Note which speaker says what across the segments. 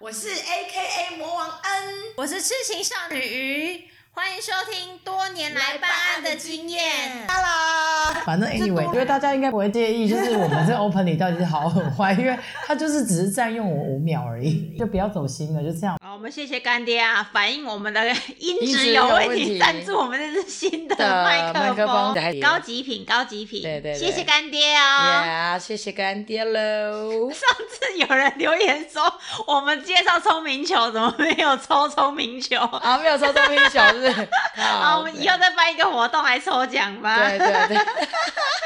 Speaker 1: 我是 A K A 魔王恩，
Speaker 2: 我是痴情少女鱼，欢迎收听多年来办案的经验。
Speaker 1: Hello，
Speaker 3: 反正 anyway，因为大家应该不会介意，就是我们这 open 里到底是好很坏，因为它就是只是占用我五秒而已，就不要走心了，就这样。
Speaker 2: 好，我们谢谢干爹啊，反映我们的音
Speaker 4: 音
Speaker 2: 质
Speaker 4: 质
Speaker 2: 有
Speaker 4: 有
Speaker 2: 问
Speaker 4: 问
Speaker 2: 题，
Speaker 4: 题
Speaker 2: 赞助我们这支新的
Speaker 4: 的
Speaker 2: 麦
Speaker 4: 麦
Speaker 2: 克
Speaker 4: 克风
Speaker 2: 风，高级品，高级品。
Speaker 4: 对对对
Speaker 2: 谢谢干爹哦。
Speaker 4: 呀，谢谢干 爹喽！
Speaker 2: 上次有人留言说，我们介绍聪明球，怎么没有抽聪明球？
Speaker 4: 啊，没有抽到冰小是不是？
Speaker 2: 啊，
Speaker 4: 好
Speaker 2: 我们以后再办一个活动来抽奖吧。
Speaker 4: 对对对，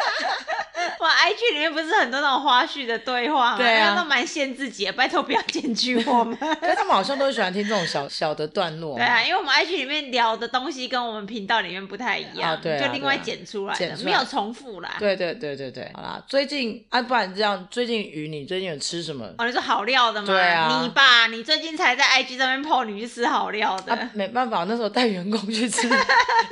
Speaker 2: 我 IG 里面不是很多那种花絮的对话吗？
Speaker 4: 对啊
Speaker 2: 那都蛮限制级的，拜托不要检举我 们。
Speaker 4: 可是他们好像都喜欢听这种小小的段落。
Speaker 2: 对啊，因为我们 IG 里面聊的东西跟我们频道里面不太一样，
Speaker 4: 啊对啊
Speaker 2: 就另外剪出来的，
Speaker 4: 剪出来
Speaker 2: 没有重复啦。，
Speaker 4: 对对对对对，好啦，最近啊，不然这样，最近鱼你最近有吃什么？
Speaker 2: 哦，你说好料的吗？
Speaker 4: 对啊
Speaker 2: 你吧，你最近才在 IG 上面 PO 你去吃好料的，
Speaker 4: 啊，没办法，那时候带员工去吃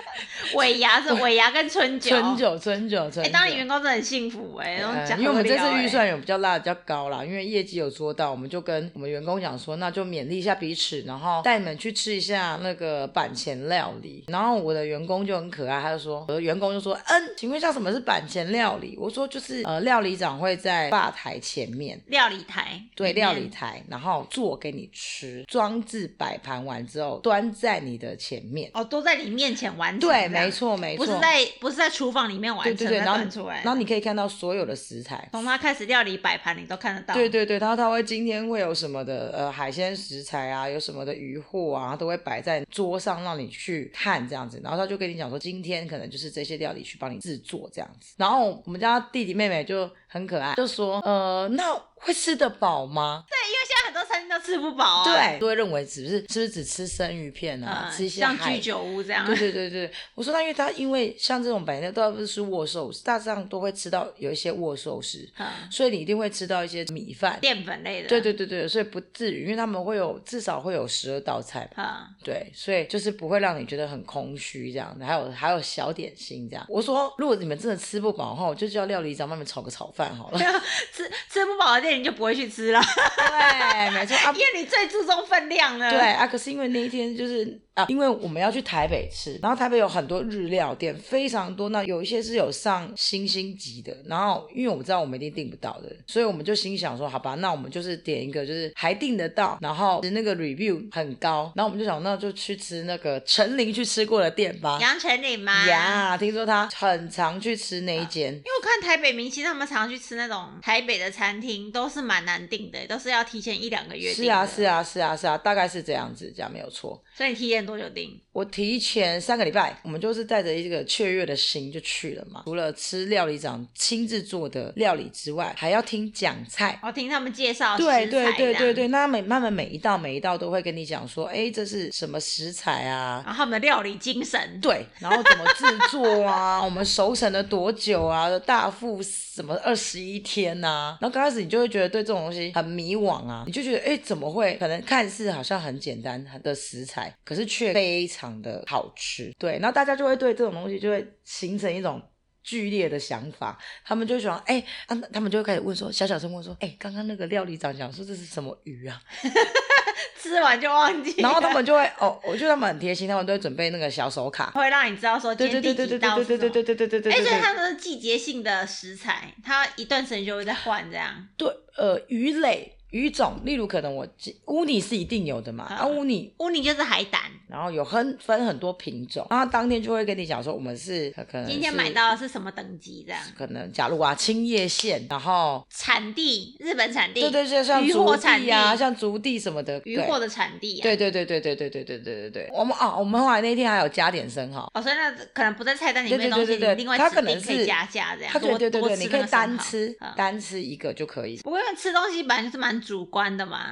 Speaker 2: 尾牙是尾牙跟春酒。
Speaker 4: 春酒，春酒，
Speaker 2: 哎、
Speaker 4: 春酒。
Speaker 2: 当你员工真的很幸福哎、然后
Speaker 4: 嗯
Speaker 2: 讲
Speaker 4: 因为我们
Speaker 2: 好
Speaker 4: 这
Speaker 2: 料
Speaker 4: 次
Speaker 2: 哎
Speaker 4: 预算有比较拉得比较高啦，因为业绩有做到，我们就跟我们员工讲说，那就勉励一下彼此，然后带你们去吃一下那个板前料理。然后我的员工就很可爱，他就说，我的员工就说，嗯，请问一下什么是板前料理？我说就是呃，料理长会在吧台前面。
Speaker 2: 料理台，
Speaker 4: 对
Speaker 2: 里面
Speaker 4: 料理台，然后做给你吃，装置摆盘完之后端在你的前面。
Speaker 2: 哦，都在你面前完成。
Speaker 4: 对，没，错，没
Speaker 2: 不
Speaker 4: 错，
Speaker 2: 是在不是在厨房里面完
Speaker 4: 对
Speaker 2: 成，
Speaker 4: 对对，
Speaker 2: 再
Speaker 4: 然后
Speaker 2: 端出来的。
Speaker 4: 然后你可以看到所有的食材，
Speaker 2: 从它开始料理摆盘，你都看得到。
Speaker 4: 对对对，然后他会今天会有什么的呃海鲜食材啊，有什么的鱼货啊，都会摆在桌上让你去看这样子。然后他就跟你讲说，今天可能就是这些料理去帮你制作这样子。然后我们家弟弟妹妹就很可爱，就说呃那会吃得饱吗？
Speaker 2: 现在很多餐厅都吃不饱、啊。
Speaker 4: 对，都会认为只是是不是只吃生鱼片啊，
Speaker 2: 嗯，
Speaker 4: 吃一些
Speaker 2: 像
Speaker 4: 海
Speaker 2: 居酒屋这样。
Speaker 4: 对对对对，我说那因为他因为像这种本来都不是吃握寿司，大致上都会吃到有一些握寿司，
Speaker 2: 嗯，
Speaker 4: 所以你一定会吃到一些米饭。
Speaker 2: 淀粉类的。
Speaker 4: 对对对对，所以不至于，因为他们会有至少会有十二道菜嘛，
Speaker 2: 嗯。
Speaker 4: 对，所以就是不会让你觉得很空虚这样的，还有还有小点心这样。我说如果你们真的吃不饱的话，我就叫料理长帮你们炒个炒饭好了。
Speaker 2: 吃吃不饱的店你就不会去吃了，
Speaker 4: 对，没错啊
Speaker 2: 因。为你最注重分量了。
Speaker 4: 对，啊，可是因为那一天就是啊，因为我们要去台北吃，然后台北有很多日料店，非常多。那有一些是有上星星级的，然后因为我知道我们一定订不到的，所以我们就心想说，好吧，那我们就是点一个就是还订得到，然后那个 review 很高，然后我们就想那就去吃那个陈琳去吃过的店吧。
Speaker 2: 杨丞琳吗？
Speaker 4: 呀，听说他很常去吃那一间。
Speaker 2: 因为我看台北明星他们常去吃那种台北的餐厅，都是蛮难订的，都是要提前一两个月订。
Speaker 4: 是啊，是。啊，是啊，是啊，大概是这样子，这样没有错。
Speaker 2: 所以你提前多久订？
Speaker 4: 我提前三个礼拜，我们就是带着一个雀跃的心就去了嘛。除了吃料理长亲自做的料理之外，还要听讲菜。
Speaker 2: 我听他们介绍食材
Speaker 4: 对对对对
Speaker 2: 这样，
Speaker 4: 对，那他们慢慢每一道每一道都会跟你讲说，哎，这是什么食材啊？
Speaker 2: 然后他们的料理精神。
Speaker 4: 对，然后怎么制作啊？我们熟成了多久啊？大腹什么二十一天呐、啊？然后刚开始你就会觉得对这种东西很迷惘啊，你就觉得哎，怎么会？可能看似好像很简单的食材，可是却非常的好吃。对，然后大家就会对这种东西就会形成一种。剧烈的想法，他们就想，哎、啊，他们就会开始问说，小小声问说，哎、刚刚那个料理长讲说这是什么鱼啊？
Speaker 2: 吃完就忘记了。
Speaker 4: 然后他们就会，哦，我觉得他们很贴心，他们都会准备那个小手卡，
Speaker 2: 会让你知道说今
Speaker 4: 对对
Speaker 2: 天
Speaker 4: 对
Speaker 2: 第
Speaker 4: 对
Speaker 2: 几
Speaker 4: 对
Speaker 2: 道
Speaker 4: 对
Speaker 2: 是
Speaker 4: 对
Speaker 2: 什
Speaker 4: 对
Speaker 2: 么。
Speaker 4: 对对对对对。
Speaker 2: 哎，所以它们是季节性的食材，它一段时间就会再换这样。
Speaker 4: 对，呃，鱼类、鱼种，例如可能我记乌尼是一定有的嘛，
Speaker 2: 啊
Speaker 4: 啊乌尼。
Speaker 2: 乌尼就是海胆，
Speaker 4: 然后有很分很多品种，然后当天就会跟你讲说，我们是呃可能
Speaker 2: 今天
Speaker 4: 是
Speaker 2: 买到的是什么等级这样？
Speaker 4: 可能假如啊青叶县，然后
Speaker 2: 产地，日本产地，
Speaker 4: 对对，就像
Speaker 2: 渔获
Speaker 4: 竹
Speaker 2: 产
Speaker 4: 地
Speaker 2: 地
Speaker 4: 啊，像竹地什么的，
Speaker 2: 渔
Speaker 4: 对
Speaker 2: 获的产地、啊。
Speaker 4: 对对对对对对对对对对对，我们啊，我们后来那天还有加点生蚝，
Speaker 2: 哦，所以那可能不在菜单里面的
Speaker 4: 对对
Speaker 2: 东西，
Speaker 4: 对对对
Speaker 2: 你另外
Speaker 4: 它
Speaker 2: 指
Speaker 4: 可
Speaker 2: 定
Speaker 4: 能
Speaker 2: 可以
Speaker 4: 是
Speaker 2: 加价这样。
Speaker 4: 它对
Speaker 2: 多
Speaker 4: 对对
Speaker 2: 多
Speaker 4: 对，
Speaker 2: 吃
Speaker 4: 你
Speaker 2: 那
Speaker 4: 可
Speaker 2: 个
Speaker 4: 以单
Speaker 2: 生蚝
Speaker 4: 吃
Speaker 2: 嗯
Speaker 4: 单吃一个就可以，
Speaker 2: 不过因为吃东西本来就是蛮主观的嘛，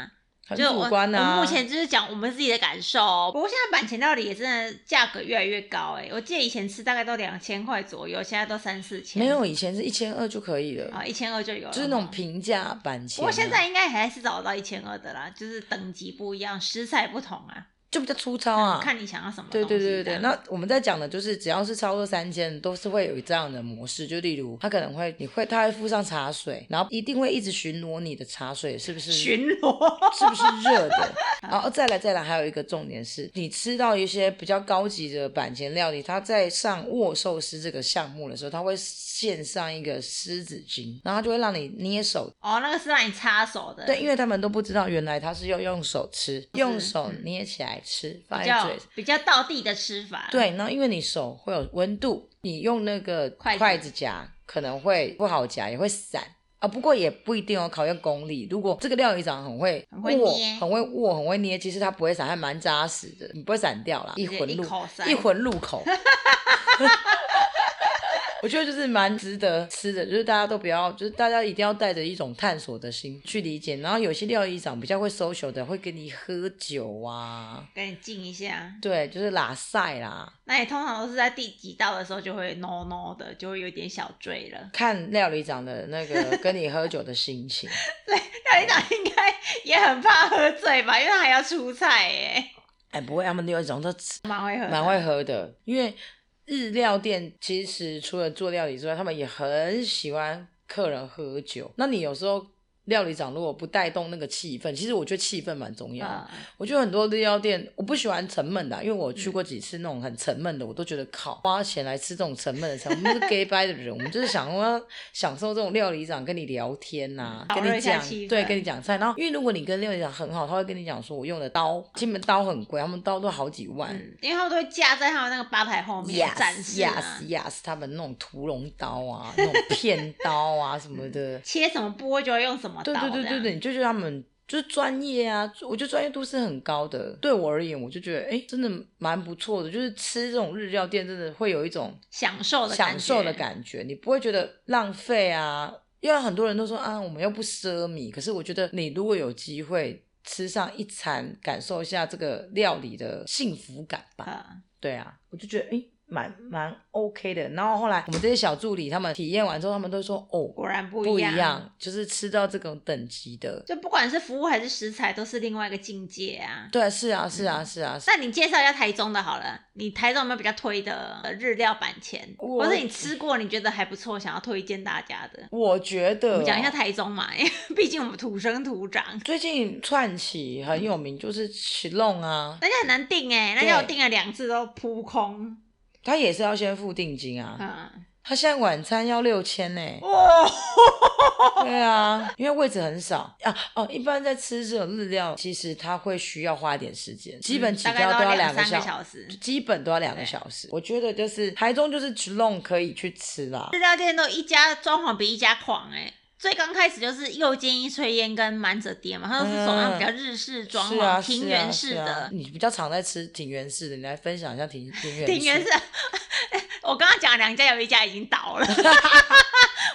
Speaker 4: 很
Speaker 2: 就
Speaker 4: 主观
Speaker 2: 我。
Speaker 4: 啊。
Speaker 2: 我目前就是讲我们自己的感受、哦。不过现在板前料理也真的价格越来越高哎、我记得以前吃大概都两千块左右，现在都三四千。
Speaker 4: 没有以前是一千二就可以了，
Speaker 2: 啊，一千二就有了，
Speaker 4: 就是那种。平价版
Speaker 2: 不
Speaker 4: 钱啊。
Speaker 2: 过现在应该还是找得到一千二的啦，就是等级不一样，食材不同啊。
Speaker 4: 就比较粗糙啊。
Speaker 2: 看你想要什么东
Speaker 4: 对
Speaker 2: 西。啊
Speaker 4: 对对对对，
Speaker 2: 这样
Speaker 4: 那我们在讲的就是，只要是超过三千，都是会有这样的模式。就例如，他可能会，你会，他会附上茶水，然后一定会一直巡逻你的茶水是不是
Speaker 2: 巡逻
Speaker 4: 是不是热 的？然后再来再来，还有一个重点是，你吃到一些比较高级的板前料理，它在上握寿司这个项目的时候，它会献上一个湿纸巾，然后它就会让你捏手。
Speaker 2: 哦，那个是让你插手的，
Speaker 4: 对，因为他们都不知道，原来它是要用手吃，用手
Speaker 2: 嗯
Speaker 4: 捏起来吃，放
Speaker 2: 比
Speaker 4: 在
Speaker 2: 较
Speaker 4: 嘴
Speaker 2: 比较道地的吃法。，
Speaker 4: 对，然后因为你手会有温度，你用那个
Speaker 2: 筷子
Speaker 4: 筷子夹可能会不好夹，也会散啊。不过也不一定哦，考验功力。如果这个料理长很会
Speaker 2: 很会
Speaker 4: 握
Speaker 2: 捏
Speaker 4: 很会握、很会捏，其实它不会散，还蛮扎实的，你不会散掉啦。一
Speaker 2: 直
Speaker 4: 魂
Speaker 2: 一
Speaker 4: 入
Speaker 2: 口塞
Speaker 4: 一魂入口。 我觉得就是蛮值得吃的，就是大家都不要，就是大家一定要带着一种探索的心去理解。然后有些料理长比较会 social 的，会跟你喝酒啊，
Speaker 2: 跟你敬一下。
Speaker 4: 对，就是拉塞啦。
Speaker 2: 那你通常都是在第几道的时候就会 no no 的，就会有点小醉了。
Speaker 4: 看料理长的那 个跟你喝酒的心情，
Speaker 2: 料理长应该也很怕喝醉吧，因为他还要出菜耶，
Speaker 4: 哎，不会，他们料理长都吃
Speaker 2: 蛮会喝的，
Speaker 4: 呃蛮会喝的，因为日料店其实除了做料理之外，他们也很喜欢客人喝酒。那你有时候料理长如果不带动那个气氛，其实我觉得气氛蛮重要的。
Speaker 2: 嗯。
Speaker 4: 我觉得很多日料店，我不喜欢沉闷的啊、因为我去过几次那种很沉闷的，我都觉得靠，花钱来吃这种沉闷的菜，我们是 gay bye 的人，我们就是想要享受这种料理长跟你聊天呐、
Speaker 2: 嗯
Speaker 4: 跟
Speaker 2: 讨论
Speaker 4: 你
Speaker 2: 一下
Speaker 4: 讲
Speaker 2: 气，氛
Speaker 4: 对，跟你讲菜。然后因为如果你跟料理长很好，他会跟你讲说，我用的刀，其实你们刀很贵，他们刀都好几万。
Speaker 2: 嗯，因为他们都会架在他们那个吧台后面展
Speaker 4: yes
Speaker 2: 示啊
Speaker 4: yes yes，他们那种屠龙刀啊，那种片刀啊什么的，
Speaker 2: 切什么部位就会用什么刀，
Speaker 4: 对对对对
Speaker 2: 这
Speaker 4: 对，
Speaker 2: 样，
Speaker 4: 你就觉得他们就是专业啊，我觉得专业度是很高的。对我而言，我就觉得哎，诶真的蛮不错的。就是吃这种日料店，真的会有一种
Speaker 2: 享受的
Speaker 4: 享受的
Speaker 2: 感
Speaker 4: 感觉，你不会觉得浪费啊。因为很多人都说啊，我们又不奢靡，可是我觉得你如果有机会吃上一餐，感受一下这个料理的幸福感吧
Speaker 2: 觉。。嗯
Speaker 4: 对啊，我就觉得哎。诶蛮蛮 OK 的，然后后来我们这些小助理他们体验完之后，他们都说哦，
Speaker 2: 果然不
Speaker 4: 不一
Speaker 2: 样。
Speaker 4: 样，就是吃到这种等级的。
Speaker 2: 就不管是服务还是食材，都是另外一个境界啊。
Speaker 4: 对，是啊，是啊，是啊。是
Speaker 2: 那你介绍一下台中的好了，你台中有没有比较推的呃日料板前，
Speaker 4: 我
Speaker 2: 或是你吃过你觉得还不错，想要推荐大家的？
Speaker 4: 我觉得
Speaker 2: 我
Speaker 4: 哦
Speaker 2: 们讲一下台中嘛，因为 毕竟我们土生土长，
Speaker 4: 最近串起很有名，就是起弄啊，
Speaker 2: 大家很难定哎、大
Speaker 4: 对
Speaker 2: 家我定了两次都扑空，
Speaker 4: 他也是要先付定金啊。
Speaker 2: 嗯，
Speaker 4: 他现在晚餐要六千呢。
Speaker 2: 哦，
Speaker 4: 对啊，因为位置很少啊。哦，一般在吃这种日料，其实他会需要花一点时间，基本起
Speaker 2: 嗯大概
Speaker 4: 跳
Speaker 2: 都
Speaker 4: 要
Speaker 2: 两
Speaker 4: 两
Speaker 2: 三
Speaker 4: 小
Speaker 2: 小时。
Speaker 4: 基本都要两个小时。我觉得就是台中就是起弄可以去吃啦
Speaker 2: 日。料店都一家装潢比一家狂哎、最刚开始就是右肩一炊烟跟满者爹嘛，他都是走那种比较日式装
Speaker 4: 是
Speaker 2: 潢、
Speaker 4: 啊，
Speaker 2: 庭
Speaker 4: 是
Speaker 2: 园
Speaker 4: 啊
Speaker 2: 式
Speaker 4: 是啊啊
Speaker 2: 的。
Speaker 4: 你比较常在吃庭园式的，你来分享一下庭庭园
Speaker 2: 庭园
Speaker 4: 式
Speaker 2: 是， 我刚刚讲两家有一家已经倒了，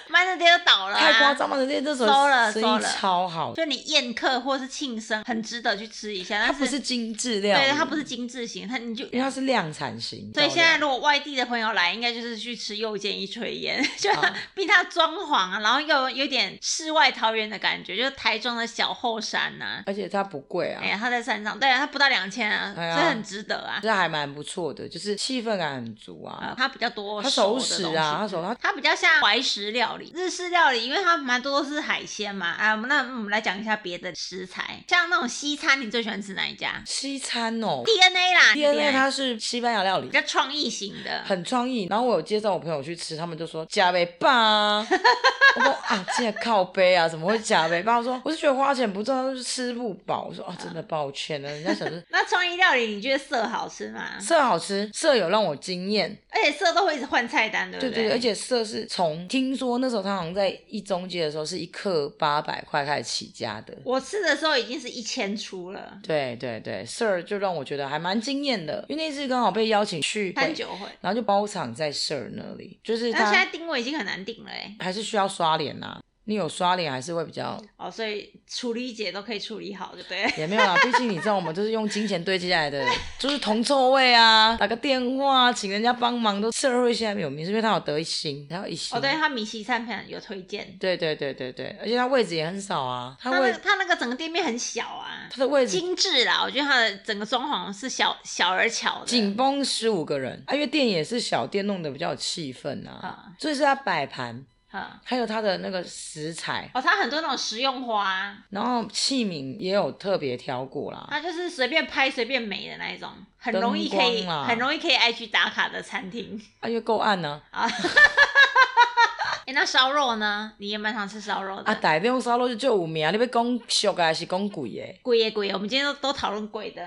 Speaker 2: 曼彻爹都倒了、啊，
Speaker 4: 太夸张了，人家那时候
Speaker 2: 收了
Speaker 4: 生
Speaker 2: 收
Speaker 4: 意
Speaker 2: 了
Speaker 4: 超好，
Speaker 2: 就你宴客或是庆生，很值得去吃一下。
Speaker 4: 它
Speaker 2: 但
Speaker 4: 不是精致料理，
Speaker 2: 对，它不是，精致型，它你就
Speaker 4: 因为它是量产型。
Speaker 2: 所以
Speaker 4: 照
Speaker 2: 现在
Speaker 4: 料
Speaker 2: 如果外地的朋友来，应该就是去吃右见一炊烟， 就
Speaker 4: 啊
Speaker 2: 毕竟它装潢啊，然后又有点世外桃源的感觉，就是台中的小后山呐、
Speaker 4: 而且它不贵啊
Speaker 2: 哎，呀，它在山上，对啊，它不到两千啊，
Speaker 4: 哎呀
Speaker 2: 所以很值得啊。
Speaker 4: 这还蛮不错的，就是气氛感很足
Speaker 2: 啊
Speaker 4: 啊，。
Speaker 2: 它比较多
Speaker 4: 它
Speaker 2: 熟
Speaker 4: 熟
Speaker 2: 的
Speaker 4: 食
Speaker 2: 东
Speaker 4: 啊，
Speaker 2: 西
Speaker 4: 它熟它
Speaker 2: 它比较像怀石料理、日式料理，因为它蛮多都是海鲜嘛。啊，那我们来讲一下别的食材，像那种西餐，你最喜欢吃哪一家
Speaker 4: 西餐哦
Speaker 2: ？DNA 啦
Speaker 4: ，DNA 它是西班牙料理
Speaker 2: 比。较创意型 的，
Speaker 4: 很创意，然后我有介绍我朋友去吃，他们就说假杯吧， 我说啊，这个靠杯啊，怎么会假杯吧？我说我是觉得花钱不重要，就是吃不饱。我说啊，真的抱歉了，人家想说
Speaker 2: 那创意料理你觉得色好吃吗？
Speaker 4: 色好吃，色有让我惊艳，
Speaker 2: 而且色都会一直换菜单，对不
Speaker 4: 对
Speaker 2: 对
Speaker 4: 对，而且色是从听说那时候他好像在一中街的时候是一克八百块开始起家的。
Speaker 2: 我吃的时候已经是一千出了，
Speaker 4: 对对对，色就让我觉得还蛮惊艳的，因为那次刚好被邀请去
Speaker 2: 三九会。
Speaker 4: 然后就包场在色那里，就是
Speaker 2: 那现在
Speaker 4: 他
Speaker 2: 定位已经很难定了哎、
Speaker 4: 还是需要刷脸呐、啊你有刷脸还是会比较
Speaker 2: 哦，所以处理姐都可以处理好，对不对？
Speaker 4: 也没有啦， 毕竟你知道我们都是用金钱堆积来的，就是铜臭味啊，打个电话请人家帮忙，都社会现在没有名，是因为他有得一星，他有一星。
Speaker 2: 哦，对，他米西餐盘有推荐，
Speaker 4: 对对对对对，而且他位置也很少啊，他
Speaker 2: 他那
Speaker 4: 位
Speaker 2: 个他那个整个店面很小啊，
Speaker 4: 他的位置
Speaker 2: 精致啦，我觉得他的整个装潢是小小而巧的，
Speaker 4: 紧绷十五个人啊，因为店也是小店，弄得比较有气氛啊
Speaker 2: 啊，
Speaker 4: 所以是他摆盘，
Speaker 2: 嗯
Speaker 4: 还有他的那个食材，
Speaker 2: 哦，他很多那种实用花，
Speaker 4: 然后器皿也有特别挑过啦。
Speaker 2: 它就是随便拍随便美的那一种，很容易
Speaker 4: 灯
Speaker 2: 可
Speaker 4: 光啊
Speaker 2: 以
Speaker 4: 啦
Speaker 2: 很容易可以 IG 打卡的餐厅。
Speaker 4: 啊，因为够暗呢、
Speaker 2: 哎、那烧肉呢？你也蛮常吃烧肉的。
Speaker 4: 啊，啊，台中烧肉就就有名，你要讲俗的还是讲贵的？
Speaker 2: 贵耶贵耶，我们今天都都讨论贵的，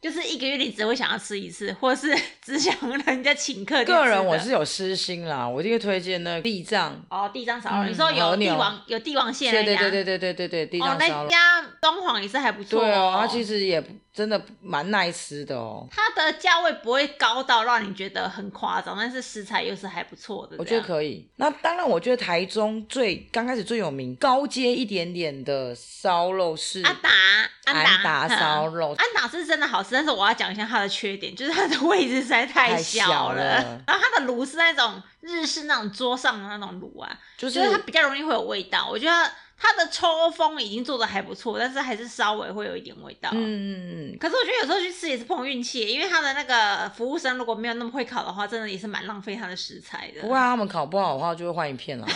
Speaker 2: 就是一个月你只会想要吃一次，或是 只想人家请客就吃的。
Speaker 4: 个人我是有私心啦，我一定会推荐那个地藏，
Speaker 2: 哦，地藏烧肉，
Speaker 4: 嗯
Speaker 2: 你说有
Speaker 4: 和
Speaker 2: 帝
Speaker 4: 牛
Speaker 2: 王有帝王蟹
Speaker 4: 对
Speaker 2: 那
Speaker 4: 对
Speaker 2: 家，
Speaker 4: 对对对对对对，地
Speaker 2: 哦
Speaker 4: 藏，烧
Speaker 2: 那
Speaker 4: 肉，
Speaker 2: 家装潢也是还不错、
Speaker 4: 对哦，它
Speaker 2: 它
Speaker 4: 其实也真的蛮耐吃的哦。
Speaker 2: 它的价位不会高到让你觉得很夸张，但是食材又是还不错的这样。
Speaker 4: 我觉得可以。那当然，我觉得台中最刚开始最有名、高阶一点点的烧肉是
Speaker 2: 安达啊安
Speaker 4: 安
Speaker 2: 达
Speaker 4: 达烧
Speaker 2: 肉。
Speaker 4: 肉，
Speaker 2: 安达是真的好吃，但是我要讲一下它的缺点， 就是它的位置实在太
Speaker 4: 太小
Speaker 2: 了。
Speaker 4: 了
Speaker 2: 然后它的炉是那种日式那种桌上的那种炉啊，
Speaker 4: 就
Speaker 2: 我
Speaker 4: 是
Speaker 2: 觉得它比较容易会有味道。我觉得它的抽风已经做的还不错，但是还是稍微会有一点味道。
Speaker 4: 嗯，嗯嗯
Speaker 2: 可是我觉得有时候去吃也是碰运气，因为它的那个服务生如果没有那么会烤的话，真的也是蛮浪费它的食材的。
Speaker 4: 不过、啊、他们烤不好的话，就会换一片啦，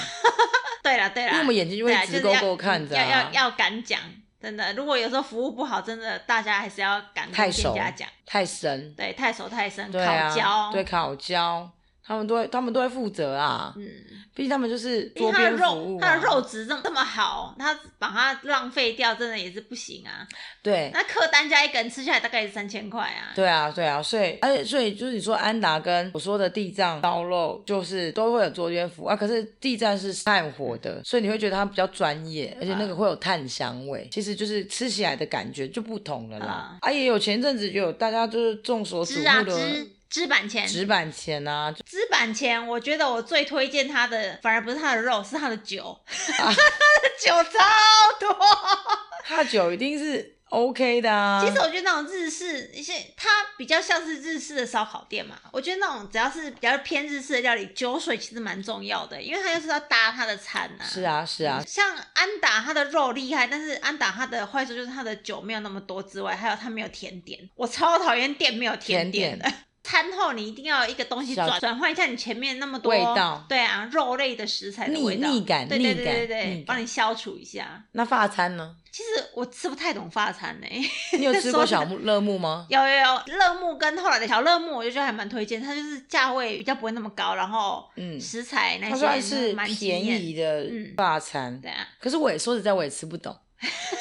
Speaker 2: 对啦 对啦，
Speaker 4: 因为我们眼睛就
Speaker 2: 对
Speaker 4: 会
Speaker 2: 啊，
Speaker 4: 直勾勾看着、
Speaker 2: 就是要要
Speaker 4: 啊
Speaker 2: 要。要敢讲，真的。如果有时候服务不好，真的大家还是要敢
Speaker 4: 太
Speaker 2: 跟
Speaker 4: 熟
Speaker 2: 店家讲，
Speaker 4: 太深，
Speaker 2: 对，太熟太深，
Speaker 4: 对啊，
Speaker 2: 烤焦，
Speaker 4: 对烤焦，他们都会他们都会负责啊，
Speaker 2: 嗯，
Speaker 4: 毕竟他们就是
Speaker 2: 因为
Speaker 4: 桌
Speaker 2: 它的
Speaker 4: 边服
Speaker 2: 肉
Speaker 4: 务、，啊，
Speaker 2: 它的肉质这么这么好，它把它浪费掉，真的也是不行啊。
Speaker 4: 对
Speaker 2: 那客单价一个人吃下来大概也是三千块啊。
Speaker 4: 对啊，对啊，所以而且所以就是你说安达跟我说的地藏烧肉，就是都会有做蝙蝠啊，可是地藏是炭火
Speaker 2: 嗯
Speaker 4: 的，所以你会觉得它比较专业，而且那个会有炭香味，
Speaker 2: 嗯
Speaker 4: 其实就是吃起来的感觉就不同了啦。啊，也有前阵子就有大家就是众所瞩
Speaker 2: 支啊
Speaker 4: 目的
Speaker 2: 支支板前，
Speaker 4: 纸板钱啊，就
Speaker 2: 支板前，我觉得我最推荐它的，反而不是它的肉，是它的酒，
Speaker 4: 啊
Speaker 2: 它 的酒超多。
Speaker 4: 它酒一定是 OK 的啊。
Speaker 2: 其实我觉得那种日式一些，它比较像是日式的烧烤店嘛。我觉得那种只要是比较偏日式的料理，酒水其实蛮重要的，因为它就是要搭它的餐呐、
Speaker 4: 是啊是啊，
Speaker 2: 像安达它的肉厉害，但是安达它的坏处就是它的酒没有那么多之外，还有它没有甜点。我超讨厌店没有甜点的。餐后你一定要有一个东西
Speaker 4: 小
Speaker 2: 转转换一下你前面那么多
Speaker 4: 味道
Speaker 2: 对啊，肉类的食材的
Speaker 4: 腻
Speaker 2: 味道，
Speaker 4: 腻感
Speaker 2: 对对
Speaker 4: 腻
Speaker 2: 对
Speaker 4: 感
Speaker 2: 对
Speaker 4: 腻
Speaker 2: 对，
Speaker 4: 感
Speaker 2: 帮你消除一下。
Speaker 4: 那发餐呢？
Speaker 2: 其实我吃不太懂法餐呢、
Speaker 4: 你有吃过
Speaker 2: 说
Speaker 4: 小
Speaker 2: 真的
Speaker 4: 木乐木吗？
Speaker 2: 有有有，乐木跟后来的小乐木，我就觉得还蛮推荐，它就是价位比较不会那么高，然后
Speaker 4: 嗯
Speaker 2: 食材哎那
Speaker 4: 它
Speaker 2: 些
Speaker 4: 算是
Speaker 2: 蛮惊
Speaker 4: 便
Speaker 2: 艳
Speaker 4: 宜，的
Speaker 2: 嗯
Speaker 4: 发餐，
Speaker 2: 对啊，
Speaker 4: 可是我也说实在，我也吃 不懂。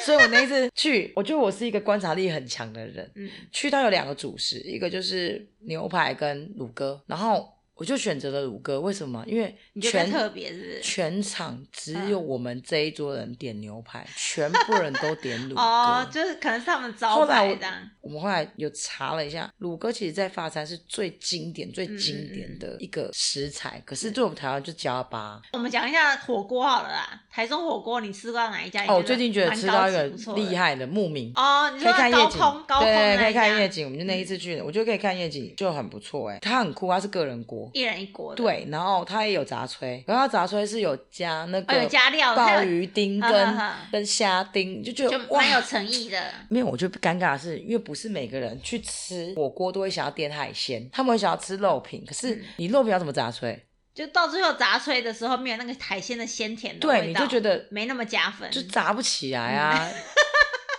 Speaker 4: 所以我那一次去，我觉得我是一个观察力很强的人。
Speaker 2: 嗯，
Speaker 4: 去到有两个主食，一个就是牛排跟乳鸽，然后我就选择了乳鸽，为什么？因为
Speaker 2: 你觉得
Speaker 4: 全
Speaker 2: 比较特别是不嗯是？
Speaker 4: 全场只有我们这一桌人点牛排，全部人都点乳鸽。
Speaker 2: 哦，就是可能是他们招
Speaker 4: 后来
Speaker 2: 牌
Speaker 4: 我
Speaker 2: 这样，
Speaker 4: 我们后来有查了一下，乳鸽其实在法餐是最经典、最
Speaker 2: 嗯
Speaker 4: 经典
Speaker 2: 嗯
Speaker 4: 的一个食材，可是对我们台湾就加啊巴。
Speaker 2: 我们讲一下火锅好了啦，台中火锅你吃到哪一家？你
Speaker 4: 哦，我最近觉得
Speaker 2: 哎蛮
Speaker 4: 吃
Speaker 2: 高
Speaker 4: 到一
Speaker 2: 级
Speaker 4: 个
Speaker 2: 不错的
Speaker 4: 厉害的牧民
Speaker 2: 哦，你
Speaker 4: 可
Speaker 2: 说
Speaker 4: 以看
Speaker 2: 那
Speaker 4: 夜
Speaker 2: 高
Speaker 4: 景，
Speaker 2: 空高空
Speaker 4: 对，
Speaker 2: 那
Speaker 4: 可以
Speaker 2: 一家
Speaker 4: 看夜，景。我们就那一次去的，我觉得可以看夜景，就很不错哎、它很酷，它是个人锅，
Speaker 2: 一人一锅的，
Speaker 4: 对，然后它也有杂炊，然后它杂炊是有加那
Speaker 2: 哦
Speaker 4: 个
Speaker 2: 有加料，它
Speaker 4: 鲍
Speaker 2: 有
Speaker 4: 鱼丁
Speaker 2: 啊
Speaker 4: 跟、
Speaker 2: 哈哈
Speaker 4: 跟虾丁，就觉
Speaker 2: 就
Speaker 4: 得哇
Speaker 2: 蛮。有诚意的。
Speaker 4: 没有，我觉得尴尬的是，因为不是每个人去吃火锅都会想要点海鲜，他们会想要吃肉品，可
Speaker 2: 嗯
Speaker 4: 是你肉品要怎么杂炊？
Speaker 2: 就到最后杂炊的时候，没有那个海鲜的鲜甜的
Speaker 4: 对，你就觉
Speaker 2: 得
Speaker 4: 得
Speaker 2: 没那么加分，
Speaker 4: 就炸不起来啊，
Speaker 2: 嗯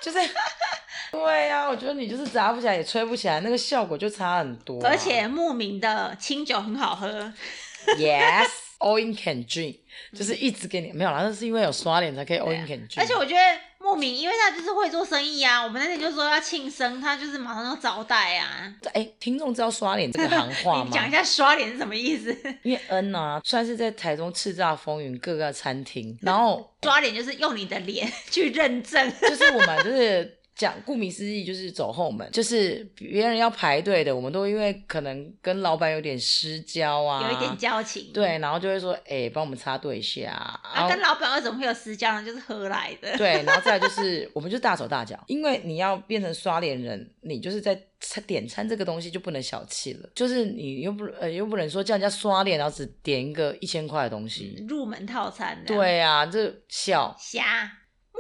Speaker 4: 就是。对呀、我觉得你就是炸不起来，也吹不起来，那个效果就差很多啊、
Speaker 2: 而且牧民的清酒很好喝，
Speaker 4: Yes, all in can dream，就是一直给你没有啦，那是因为有刷脸才可以 all in can dream。
Speaker 2: 而且我觉得牧民，因为他就是会做生意啊，我们那天就说要庆生，他就是马上就招待啊。
Speaker 4: 哎、听众知道刷脸这个行话
Speaker 2: 你 讲一
Speaker 4: 吗？
Speaker 2: 下刷脸是什么意思？
Speaker 4: 因为 N 啊，算是在台中叱咤风云各个餐厅，然后
Speaker 2: 刷脸就是用你的脸 去认证，
Speaker 4: 就是我们就是讲，顾名思义就是走后门，就是别人要排队的，我们都因为可能跟老板有点失交啊，
Speaker 2: 有一点交情。
Speaker 4: 对，然后就会说，哎、帮我们插队一下啊，
Speaker 2: 啊，跟老板为什么会有私交呢？就是喝来的。
Speaker 4: 对，然后再来就是我们就大手大脚，因为你要变成刷脸人，你就是在餐点餐这个东西就不能小气了，就是你又不呃又不能说叫人家刷脸，然后只点一个一千块的东西。
Speaker 2: 入门套餐的。，
Speaker 4: 对啊，这笑
Speaker 2: 虾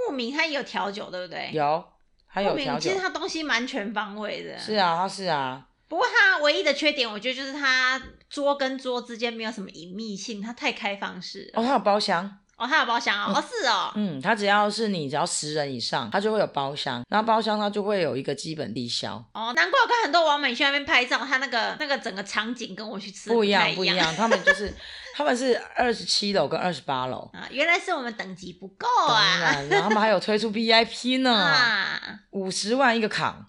Speaker 2: 牧民它也有调酒，对不对？
Speaker 4: 有，还有
Speaker 2: 牧民
Speaker 4: 调
Speaker 2: 其
Speaker 4: 酒
Speaker 2: 实，它东西蛮全方位的。
Speaker 4: 是啊，他是啊，
Speaker 2: 不过它唯一的缺点，我觉得就是它桌跟桌之间没有什么隐秘性，它太开放式了。
Speaker 4: 哦，他有包厢，
Speaker 2: 哦，它有包厢哦，哦是哦，
Speaker 4: 嗯，他只要是你只要十人以上，他就会有包厢，然后包厢他就会有一个基本低消，
Speaker 2: 哦，难怪我看很多网美去那边拍照，它那个那个整个场景跟我去吃
Speaker 4: 不一
Speaker 2: 一
Speaker 4: 样不
Speaker 2: 不
Speaker 4: 一
Speaker 2: 太
Speaker 4: 样，他们就是 他们是二十七楼跟二十八楼。
Speaker 2: 啊，原来是我们等级不够
Speaker 4: 当
Speaker 2: 啊
Speaker 4: 然，然后他们还有推出 VIP 呢，
Speaker 2: 啊，
Speaker 4: 五十万一个扛，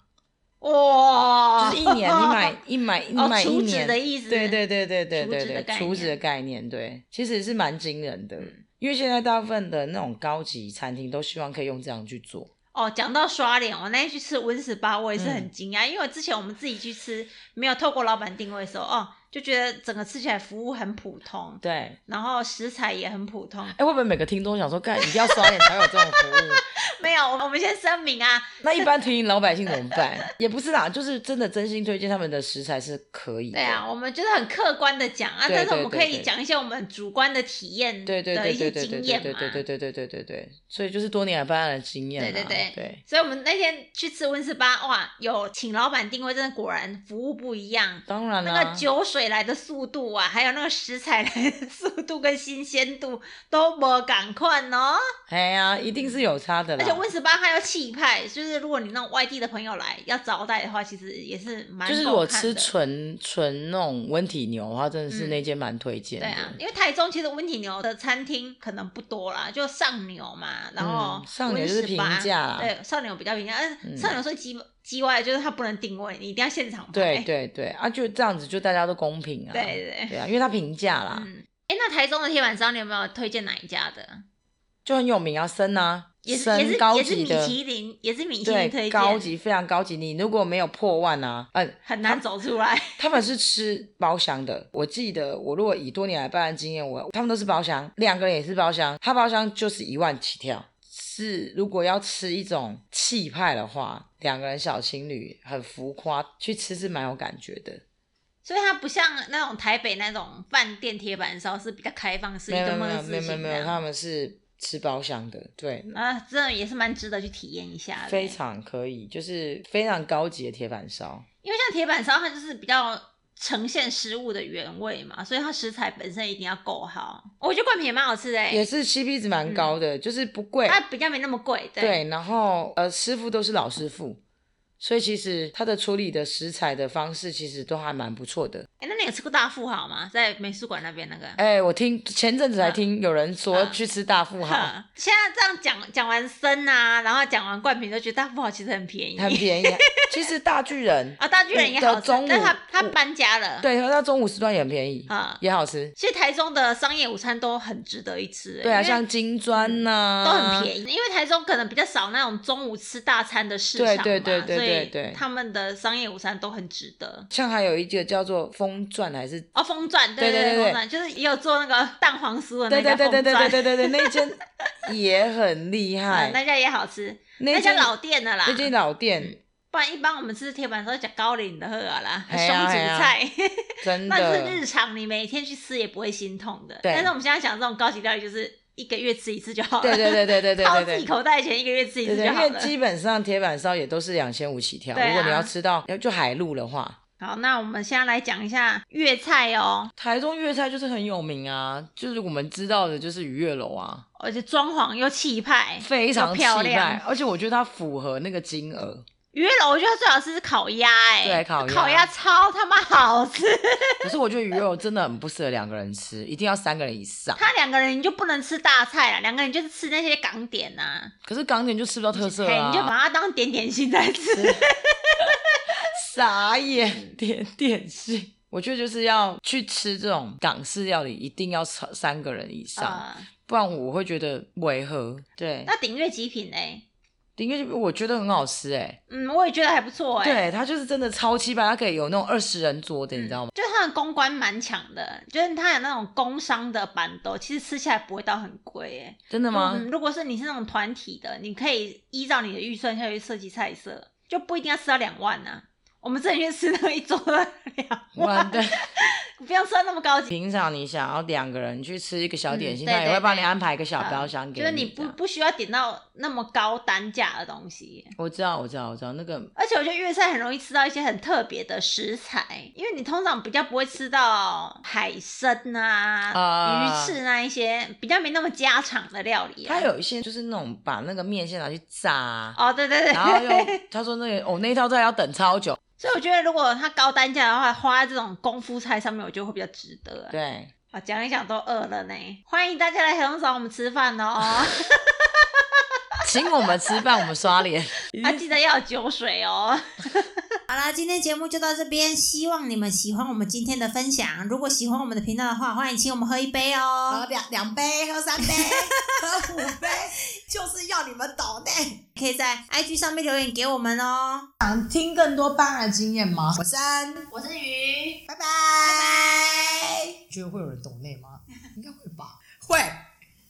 Speaker 2: 哇，
Speaker 4: 嗯就是一年你买一买 一
Speaker 2: 哦
Speaker 4: 买一
Speaker 2: 储值
Speaker 4: 年，
Speaker 2: 的意思，
Speaker 4: 对对对对对
Speaker 2: 储值的
Speaker 4: 对对，
Speaker 2: 概
Speaker 4: 储值的
Speaker 2: 念
Speaker 4: 概念，对，其实是蛮惊人的
Speaker 2: 嗯。
Speaker 4: 因为现在大部分的那种高级餐厅都希望可以用这样去做，
Speaker 2: 哦，讲到刷脸，我那天去吃温十八，我也是
Speaker 4: 嗯
Speaker 2: 很惊讶，因为我之前我们自己去吃，没有透过老板定位的时候，哦，就觉得整个吃起来服务很普通，
Speaker 4: 对，哎、
Speaker 2: 然后食材也很普通。
Speaker 4: 会不会每个听众想说，干一定要刷脸才有这种服务？
Speaker 2: 没有，我我们先声明啊，
Speaker 4: 那一般平民老百姓怎么办？也不是啦，就是真的真心推荐他们的食材是可以的，
Speaker 2: 对啊，我们就是很客观的讲啊，
Speaker 4: 对
Speaker 2: 但是我们
Speaker 4: 对
Speaker 2: 可
Speaker 4: 对
Speaker 2: 以
Speaker 4: 对
Speaker 2: 讲一些我们主观的体验
Speaker 4: 对对
Speaker 2: 的
Speaker 4: 对
Speaker 2: 一些
Speaker 4: 对对对
Speaker 2: 经
Speaker 4: 对
Speaker 2: 验
Speaker 4: 对
Speaker 2: 嘛。
Speaker 4: 对对对对对对，所以就是多年来办案的经验、啊，
Speaker 2: 对对对
Speaker 4: 对。
Speaker 2: 所以我们那天去吃温十八，哇，有请老板定位，真的果然服务不一样。
Speaker 4: 当然啦、
Speaker 2: 那个酒水来的速度啊，还有那个食材来的速度跟新鲜度都没赶快哦。
Speaker 4: 哎呀，一定是有差的啦。
Speaker 2: 而且温十八它要气派，就是如果你那种外地的朋友来要招待的话，其实也是蛮
Speaker 4: 就是
Speaker 2: 好
Speaker 4: 我
Speaker 2: 看
Speaker 4: 吃
Speaker 2: 的
Speaker 4: 纯纯那种温体牛的话，真的是
Speaker 2: 嗯
Speaker 4: 那间蛮推荐的。
Speaker 2: 对啊，因为台中其实温体牛的餐厅可能不多啦，就上牛嘛，然后
Speaker 4: 嗯上牛就是
Speaker 2: 温十八
Speaker 4: 平价啦啊
Speaker 2: 对，上牛比较平价，但
Speaker 4: 嗯
Speaker 2: 是上牛说鸡鸡外就是它不能定位，你一定要现场排。
Speaker 4: 对对对啊，就这样子，就大家都公平啊。
Speaker 2: 对对对，
Speaker 4: 对啊，因为它平价啦，
Speaker 2: 嗯，哎，那台中的铁板烧你有没有推荐哪一家的？
Speaker 4: 就很有名啊，生啊，
Speaker 2: 也是也
Speaker 4: 生
Speaker 2: 是
Speaker 4: 高
Speaker 2: 也是
Speaker 4: 级
Speaker 2: 米
Speaker 4: 的，
Speaker 2: 其林，也是米其林推荐，
Speaker 4: 对，高级非常高级。你如果没有破万啊，嗯、
Speaker 2: 很难走出 来。
Speaker 4: 他们是吃包厢的。我记得我如果以多年来办案经验，我他们都是包厢，两个人也是包厢，他包厢就是一万起跳。是如果要吃一种气派的话，两个人小情侣很浮夸去吃是蛮有感觉的。
Speaker 2: 所以它不像那种台北那种饭店铁板烧是比较开放式，
Speaker 4: 没
Speaker 2: 一个
Speaker 4: 有
Speaker 2: 闷
Speaker 4: 没有
Speaker 2: 式
Speaker 4: 没有没有
Speaker 2: 型
Speaker 4: 没
Speaker 2: 这
Speaker 4: 有，
Speaker 2: 样
Speaker 4: 他们是吃包厢的，对，
Speaker 2: 啊，真的也是蛮值得去体验一下的。欸
Speaker 4: 非常可以，就是非常高级的铁板烧。
Speaker 2: 因为像铁板烧，它就是比较呈现食物的原味嘛，所以它食材本身一定要够好。我觉得灌品也蛮好吃的、欸，
Speaker 4: 也是 CP 值蛮高的，就是不贵，
Speaker 2: 它比较没那么贵。对，
Speaker 4: 对，然后呃，师傅都是老师傅，所以其实他的处理的食材的方式其实都还蛮不错的。
Speaker 2: 哎、那你有吃过大富豪吗？在美术馆那边那个？
Speaker 4: 哎、我听前阵子还
Speaker 2: 啊
Speaker 4: 听有人说
Speaker 2: 啊
Speaker 4: 去吃大富豪，
Speaker 2: 哈现在这样讲讲完生啊，然后讲完灌品，就觉得大富豪其实很便宜。
Speaker 4: 很便宜。啊 其实大巨人，
Speaker 2: 啊，大巨人也
Speaker 4: 到
Speaker 2: 好吃
Speaker 4: 中，
Speaker 2: 但
Speaker 4: 午
Speaker 2: 它它
Speaker 4: 午
Speaker 2: 搬家了。
Speaker 4: 对，他中午时段也很便宜，
Speaker 2: 啊，
Speaker 4: 也好吃。
Speaker 2: 其实台中的商业午餐都很值得一吃、欸。
Speaker 4: 对啊，
Speaker 2: 因为嗯
Speaker 4: 像嗯金砖呐、
Speaker 2: 都很
Speaker 4: 宜。
Speaker 2: 便宜，因为台中可能比较少那种中午吃大餐的市场嘛，
Speaker 4: 对对对对对
Speaker 2: 所
Speaker 4: 对
Speaker 2: 以他们的商业午餐都很值得。
Speaker 4: 像还有一个叫做风转还是。
Speaker 2: 哦，风转，对
Speaker 4: 对对
Speaker 2: 对
Speaker 4: 对
Speaker 2: 风转就是也有做那个蛋黄酥的
Speaker 4: 对
Speaker 2: 那
Speaker 4: 对
Speaker 2: 家
Speaker 4: 对
Speaker 2: 风
Speaker 4: 对
Speaker 2: 转，
Speaker 4: 对对对对对，那一间也很厉
Speaker 2: 啊
Speaker 4: 害，
Speaker 2: 那家也好吃，
Speaker 4: 那
Speaker 2: 那
Speaker 4: 一
Speaker 2: 家
Speaker 4: 间
Speaker 2: 老店的啦
Speaker 4: 那，间老店
Speaker 2: 不然一般我们吃铁板烧讲高岭的喝啦，熊
Speaker 4: 哎呀
Speaker 2: 煮
Speaker 4: 哎呀
Speaker 2: 菜，
Speaker 4: 真的，
Speaker 2: 那是日常，你每天去吃也不会心痛的。
Speaker 4: 对
Speaker 2: 但是我们现在讲这种高级料理，就是一个月吃一次就好了，
Speaker 4: 对对对对对对
Speaker 2: 掏
Speaker 4: 对
Speaker 2: 自己
Speaker 4: 对。
Speaker 2: 口袋钱一个月吃一
Speaker 4: 对
Speaker 2: 次
Speaker 4: 对，
Speaker 2: 就
Speaker 4: 因
Speaker 2: 好
Speaker 4: 为
Speaker 2: 了。
Speaker 4: 基本上铁板烧也都是两千五起跳。
Speaker 2: 对啊
Speaker 4: 如果你要吃到就海陆的话，
Speaker 2: 好，那我们现在来讲一下粤菜哦，
Speaker 4: 台中粤菜就是很有名啊，就是我们知道的就是鱼月楼啊，
Speaker 2: 而且装潢又气派，
Speaker 4: 非常
Speaker 2: 又
Speaker 4: 气
Speaker 2: 漂
Speaker 4: 派
Speaker 2: 亮。，
Speaker 4: 而且我觉得它符合那个金额，
Speaker 2: 鱼楼我觉得最好吃是烤鸭、哎，
Speaker 4: 对烤鸭
Speaker 2: 烤鸭超他妈好吃。
Speaker 4: 可是我觉得鱼月楼真的很不适合两个人吃，一定要三个人以上。
Speaker 2: 他两个人你就不能吃大菜啦，两个人就是吃那些港点呐、
Speaker 4: 可是港点就吃不到特色
Speaker 2: 嘿，你就
Speaker 4: 啊，
Speaker 2: 把它当点点心在吃。
Speaker 4: 傻眼点点心。我觉得就是要去吃这种港式料理，一定要三三个人以上，
Speaker 2: 啊、
Speaker 4: 不然我会觉得违和。对，
Speaker 2: 那鼎悦极品嘞，哎
Speaker 4: 林月饼我觉得很好吃哎、
Speaker 2: 嗯，我也觉得还不错哎、
Speaker 4: 对，它就是真的超期白，它可以有那种二十人桌的，你知道吗？
Speaker 2: 嗯就是它的公关蛮强的，就是它有那种工商的板豆，其实吃起来不会到很贵哎、
Speaker 4: 真的吗？
Speaker 2: 嗯，如果是你是那种团体的，你可以依照你的预算下去设计菜色，就不一定要吃到两万啊。我们之前去吃那个一桌的两
Speaker 4: 哇，
Speaker 2: 万，
Speaker 4: 对，
Speaker 2: 不用吃到那么高级。
Speaker 4: 平常你想要两个人去吃一个小点心，
Speaker 2: 嗯对
Speaker 4: 他也
Speaker 2: 对
Speaker 4: 会帮
Speaker 2: 对
Speaker 4: 你安排一个小包厢
Speaker 2: 嗯
Speaker 4: 给
Speaker 2: 就是你
Speaker 4: 这
Speaker 2: 不
Speaker 4: 样
Speaker 2: 不需要点到那么高单价的东西，
Speaker 4: 我知道，我知道，我知道那个
Speaker 2: 而且我觉得粤菜很容易吃到一些很特别的食材，因为你通常比较不会吃到海参啊、
Speaker 4: 啊
Speaker 2: 鱼翅那一些比较没那么家常的料理、啊。
Speaker 4: 它有一些就是那种把那个面线拿去炸啊，
Speaker 2: 哦，对对对，
Speaker 4: 然后又他说那个哦那一道菜要等超久，
Speaker 2: 所以我觉得如果它高单价的话，花在这种功夫菜上面，我觉得会比较值得、啊。
Speaker 4: 对，
Speaker 2: 啊，讲一讲都饿了呢，欢迎大家来很找我们吃饭哦， 啊，
Speaker 4: 请我们吃饭，我们刷脸，
Speaker 2: 啊记得要有酒水哦。
Speaker 1: 好啦，今天节目就到这边，希望你们喜欢我们今天的分享。如果喜欢我们的频道的话，欢迎请我们喝一杯哦，
Speaker 5: 喝两两杯，喝三杯，喝五杯，就是要你们懂内。
Speaker 1: 可以在 IG 上面留言给我们哦。
Speaker 3: 想听更多班儿的经验吗？
Speaker 5: 我是安，
Speaker 1: 我是鱼，
Speaker 5: 拜拜。
Speaker 3: 觉得会有人懂内吗？应该会吧。
Speaker 5: 会。